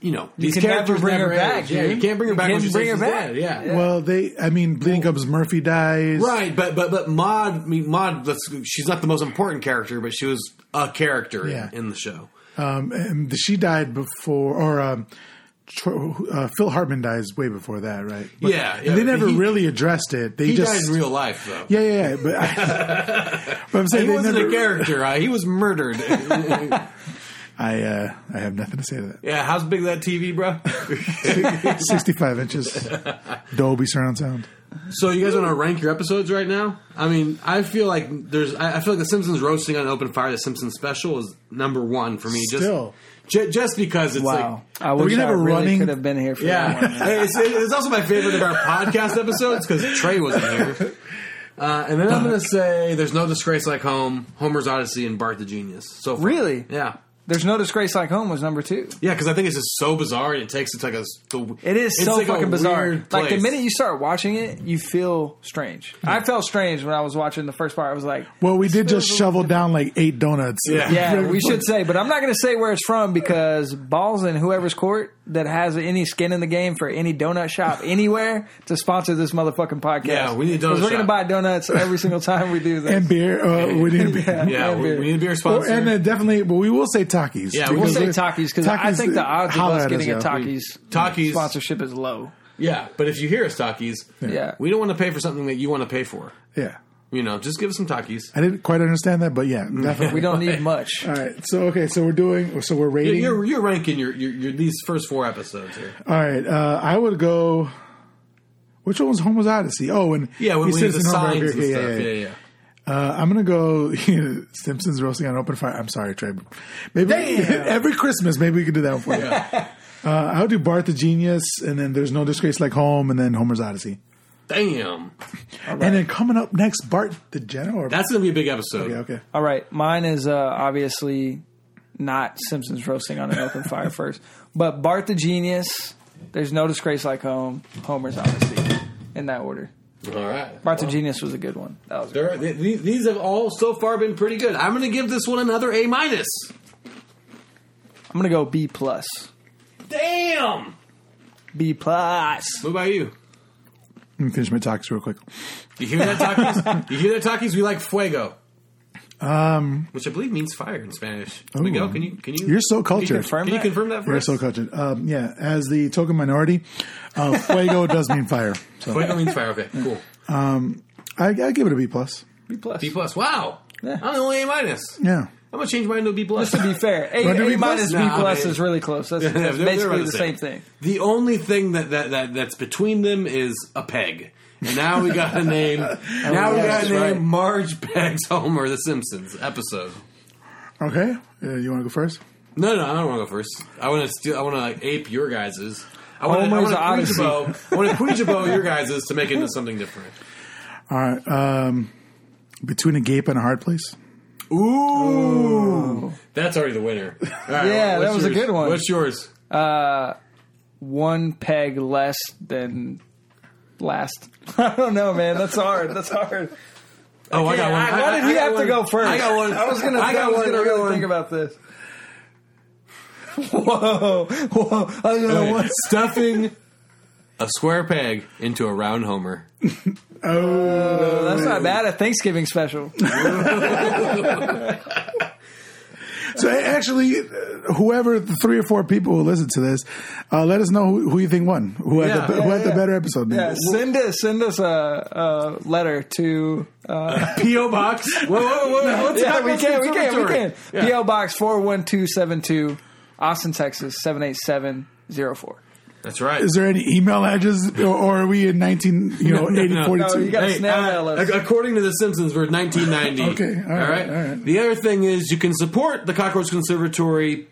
S5: you know these
S6: can never
S5: characters
S6: bring
S5: never
S6: her back,
S5: age. Yeah, you
S6: dude.
S5: can't bring her
S6: You
S5: back.
S6: can't
S5: once you
S6: bring
S5: say
S6: her
S5: she's
S6: back.
S5: dead, Yeah.
S2: well, they. I mean, Bleeding Gums Murphy dies.
S5: Right, but but but Maud, I mean, Maud. Let's, she's not the most important character, but she was a character
S2: Yeah.
S5: in, in the show.
S2: Um, and she died before, or um, Tro- uh, Phil Hartman dies way before that, right? But-
S5: Yeah,
S2: and
S5: yeah.
S2: they never
S5: He-
S2: really addressed it. They
S5: He
S2: just
S5: died in real life, though.
S2: yeah, yeah, yeah. But, I, but I'm saying
S5: he
S2: they
S5: wasn't
S2: never-
S5: a character. Uh, he was murdered.
S2: I uh, I have nothing to say to that.
S5: yeah, how's big that TV, bro?
S2: 65 inches, Dolby surround sound.
S5: so you guys want to rank your episodes right now? I mean, I feel like there's. I, I feel like the Simpsons roasting on open fire, the Simpsons special is number one for me. Just
S2: Still.
S5: ju- just because it's
S6: Wow.
S5: like
S6: I wish
S2: gonna
S6: I
S2: have a
S6: really
S2: running-
S6: could have been here for that one.
S5: Yeah, it's, it's also my favorite of our podcast episodes because Trey wasn't here. Uh, and then I'm going to say there's no disgrace like home, Homer's Odyssey, and Bart the Genius. So far.
S6: Really?
S5: yeah,
S6: There's no disgrace like home was number two.
S5: yeah, because I think it's just so bizarre and it takes it to like a. To,
S6: It is so
S5: like a
S6: fucking bizarre.
S5: weird
S6: Like the
S5: place.
S6: minute you start watching it, you feel strange. I felt strange when I was watching the first part. I was like,
S2: Well, we did just shovel down like eight donuts.
S5: Yeah.
S6: "Yeah, we should say," but I'm not going to say where it's from because balls in whoever's court that has any skin in the game for any donut shop anywhere to sponsor this motherfucking podcast.
S5: Yeah, we need a donut
S6: 'Cause We're going to
S5: shop.
S6: buy donuts every single time we do this.
S2: And beer. Uh, we didn't beer.
S5: yeah, we, we need to be our
S2: Or,
S5: sponsor.
S2: and uh, definitely, but we will say Takis.
S5: Yeah, we will
S6: We'll
S2: because
S6: say
S2: we-
S6: Takis because I
S2: Takis, uh,
S6: think the odds of
S2: holla
S6: us
S2: at
S6: getting a
S2: yo.
S6: Takis,
S5: Takis-
S6: sponsorship is low.
S5: yeah, but if you hear us talkies,
S6: Yeah.
S5: we don't want to pay for something that you want to pay for.
S2: Yeah.
S5: You know, just give us some talkies.
S2: I didn't quite understand that, but yeah, definitely.
S6: We don't need much.
S2: All right. So, okay. So we're doing, so we're rating.
S5: You're you're ranking your, your your these first four episodes here.
S2: All right. Uh, I would go. Which one was Homer's Odyssey? Oh, and
S5: Yeah, when we have the
S2: in Homer,
S5: signs and
S2: okay,
S5: stuff. yeah, yeah.
S2: Uh, I'm gonna go Simpsons roasting on open fire. I'm sorry, Trey. Maybe every Christmas, maybe we could do that one for you. Uh, I'll do Bart the Genius, and then there's no disgrace like home, and then Homer's Odyssey,
S5: Damn,
S2: and then coming up next, Bart the General. Or,
S5: that's gonna be a big episode.
S2: okay, okay.
S6: All right, mine is uh, obviously not Simpsons roasting on an open fire first, but Bart the Genius. There's no disgrace like home. Homer's obviously in that order.
S5: All right.
S6: Bart the Genius was a good one. That was
S5: There are, th- th- these have all so far been pretty good. I'm going to give this one another A minus.
S6: I'm gonna go B plus.
S5: Damn.
S6: B plus.
S5: What about you?
S2: Let me finish my talks real quick.
S5: You hear that, Takis? you hear that, Takis? We like fuego, um, which I believe means fire in Spanish. Miguel, can you can you?
S2: You're so
S5: can you
S2: cultured.
S5: confirm Can
S6: Confirm
S5: you
S6: that?
S5: confirm that for
S2: You're
S5: us?
S2: so cultured. Um, yeah, as the token minority, uh, fuego does mean fire. So
S5: fuego means fire. Okay, cool.
S2: I, I give it a B plus.
S6: B plus.
S5: B plus. Wow.
S6: Yeah.
S5: I'm the only A minus.
S2: Yeah.
S5: I'm gonna change mine to a B plus.
S6: To be fair, A,
S2: Wanna do
S6: A
S2: B plus?
S6: minus B
S5: Nah,
S6: plus
S5: man.
S6: is really close. That's,
S5: They're-
S6: that's
S5: they're
S6: basically
S5: about
S6: the same thing.
S5: The only thing that, that, that that's between them is a peg. And now we got a name. now we got
S6: Oh, that's
S5: a name.
S6: right.
S5: Marge pegs Homer the Simpsons episode.
S2: Okay. Uh, you want to go first?
S5: No, no, I don't want to go first. I want to steal. I want to like, ape your guys's. I want
S6: Homer's
S5: to
S6: Odyssey.
S5: I want to your guys's to make it into something different.
S2: All right. Um, between a gape and a hard place.
S5: Ooh, that's already the winner. All right,
S6: Yeah, that
S5: what's
S6: was a
S5: yours?
S6: good one.
S5: What's yours?
S6: One peg less than last. I don't know, man. That's hard. That's hard.
S5: Oh, I got one.
S6: Why did you have to go first?
S5: I got one.
S6: I was gonna. I,
S5: I got
S6: was
S5: one.
S6: gonna
S5: I got
S6: really
S5: one.
S6: think about this. Whoa, whoa! I don't know
S5: Okay.
S6: what.
S5: Stuffing a square peg into a round homer.
S6: That's not bad. A Thanksgiving special.
S2: So a- actually, uh, whoever the three or four people who listen to this, uh, let us know who, who you think won. Who had, the,
S6: Yeah,
S2: who had
S6: yeah.
S2: the better episode?
S6: Yeah, send us send us a, a letter to. Uh,
S5: P.O. Box. Whoa, whoa, whoa. What's
S6: yeah, we
S5: what's
S6: can,
S5: the
S6: we can, we
S5: observatory?
S6: can. PO Box four one two seven two, Austin, Texas seven eight seven zero four.
S5: That's right.
S2: Is there any email addresses, or, or are we in nineteen you know
S5: no.
S2: eighteen forty
S6: No, you
S2: two?
S6: got to snail mail us.
S5: ac- uh, according to The Simpsons, we're 1990.
S2: Okay, all right, all right.
S5: The other thing is you can support the Cockroach Conservatory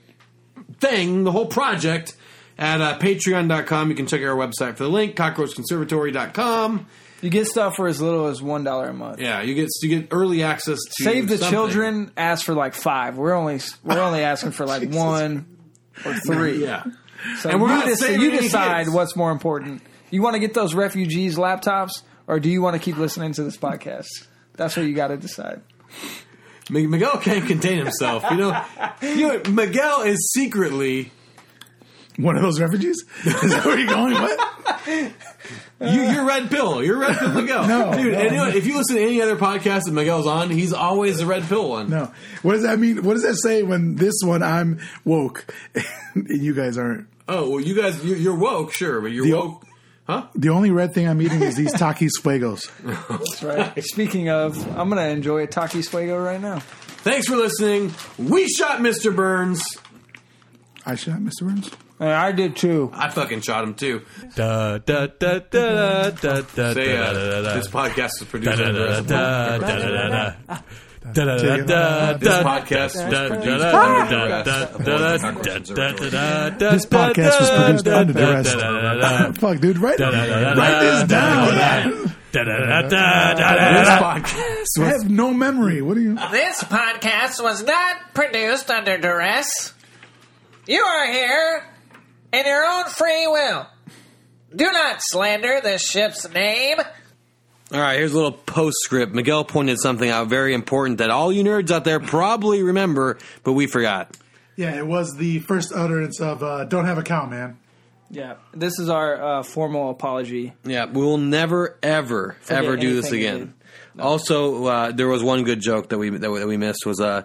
S5: thing, the whole project, at uh, patreon.com. You can check our website for the link, cockroachconservatory.com.
S6: You get stuff for as little as one dollar a month.
S5: Yeah, you get you get early access to
S6: Save the
S5: something.
S6: children. Ask for like five. We're only we're only asking for like one or three.
S5: Yeah.
S6: So
S5: And we're
S6: you,
S5: not
S6: dec-
S5: saving
S6: you
S5: any
S6: decide
S5: kids.
S6: what's more important. You want to get those refugees laptops, or do you want to keep listening to this podcast? That's what you got to decide.
S5: M- Miguel can't contain himself. You know, you know, Miguel is secretly
S2: One of those refugees? Is that where you're going? What?
S5: you, you're red pill. You're red pill Miguel.
S2: No,
S5: dude.
S2: no,
S5: and you
S2: no.
S5: know what? if you listen to any other podcast that Miguel's on, he's always the red pill one.
S2: No. What does that mean? What does that say when this one I'm woke and you guys aren't?
S5: Oh well, you guys, you're, you're woke, sure, but you're
S2: The-
S5: woke.
S2: The only red thing I'm eating is these Takis Fuegos.
S6: That's right. Speaking of, I'm gonna enjoy a Taki Fuego right now.
S5: Thanks for listening. We shot Mr. Burns.
S2: I shot Mr. Burns.
S6: And I did too.
S5: I fucking shot him too.
S3: Da da da da da da da
S5: They,
S3: da
S5: uh,
S3: da da.
S5: this podcast is
S3: Da
S5: produced.
S3: da
S5: under
S3: da da
S5: us.
S3: da da da. Da da da da
S5: This
S3: da.
S5: podcast was
S3: Da da
S5: produced
S3: da da da da
S5: under duress of
S3: da da
S5: the Cockroach
S3: da
S5: Observatory.
S3: da da.
S2: This podcast was produced under
S3: Da da
S2: duress.
S3: da da da da.
S2: Fuck, dude. Write,
S3: Da da da da
S2: write
S3: da
S2: this down.
S3: Da da da da da da.
S5: This podcast.
S2: I have no memory. What are you?
S7: This podcast was not produced under duress. You are here in your own free will. Do not slander this ship's name.
S5: All right, here's a little postscript. Miguel pointed something out very important that all you nerds out there probably remember, but we forgot.
S2: Yeah, it was the first utterance of uh, "Don't have a cow, man."
S6: Yeah, this is our uh, formal apology.
S5: Yeah, we will never, ever, ever do this
S6: anything
S5: again. Also, uh, there was one good joke that we that we, that we missed was uh,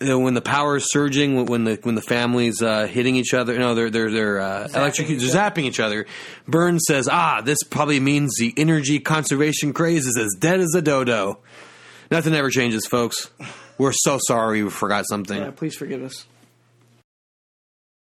S5: you know, when the power is surging, when- when the when the families uh, hitting each other, no, they're they're they're uh, electric, they're zapping each other. Burns says, "Ah, this probably means the energy conservation craze is as dead as a dodo." Nothing ever changes, folks. We're so sorry we forgot something.
S6: Yeah, please forgive us.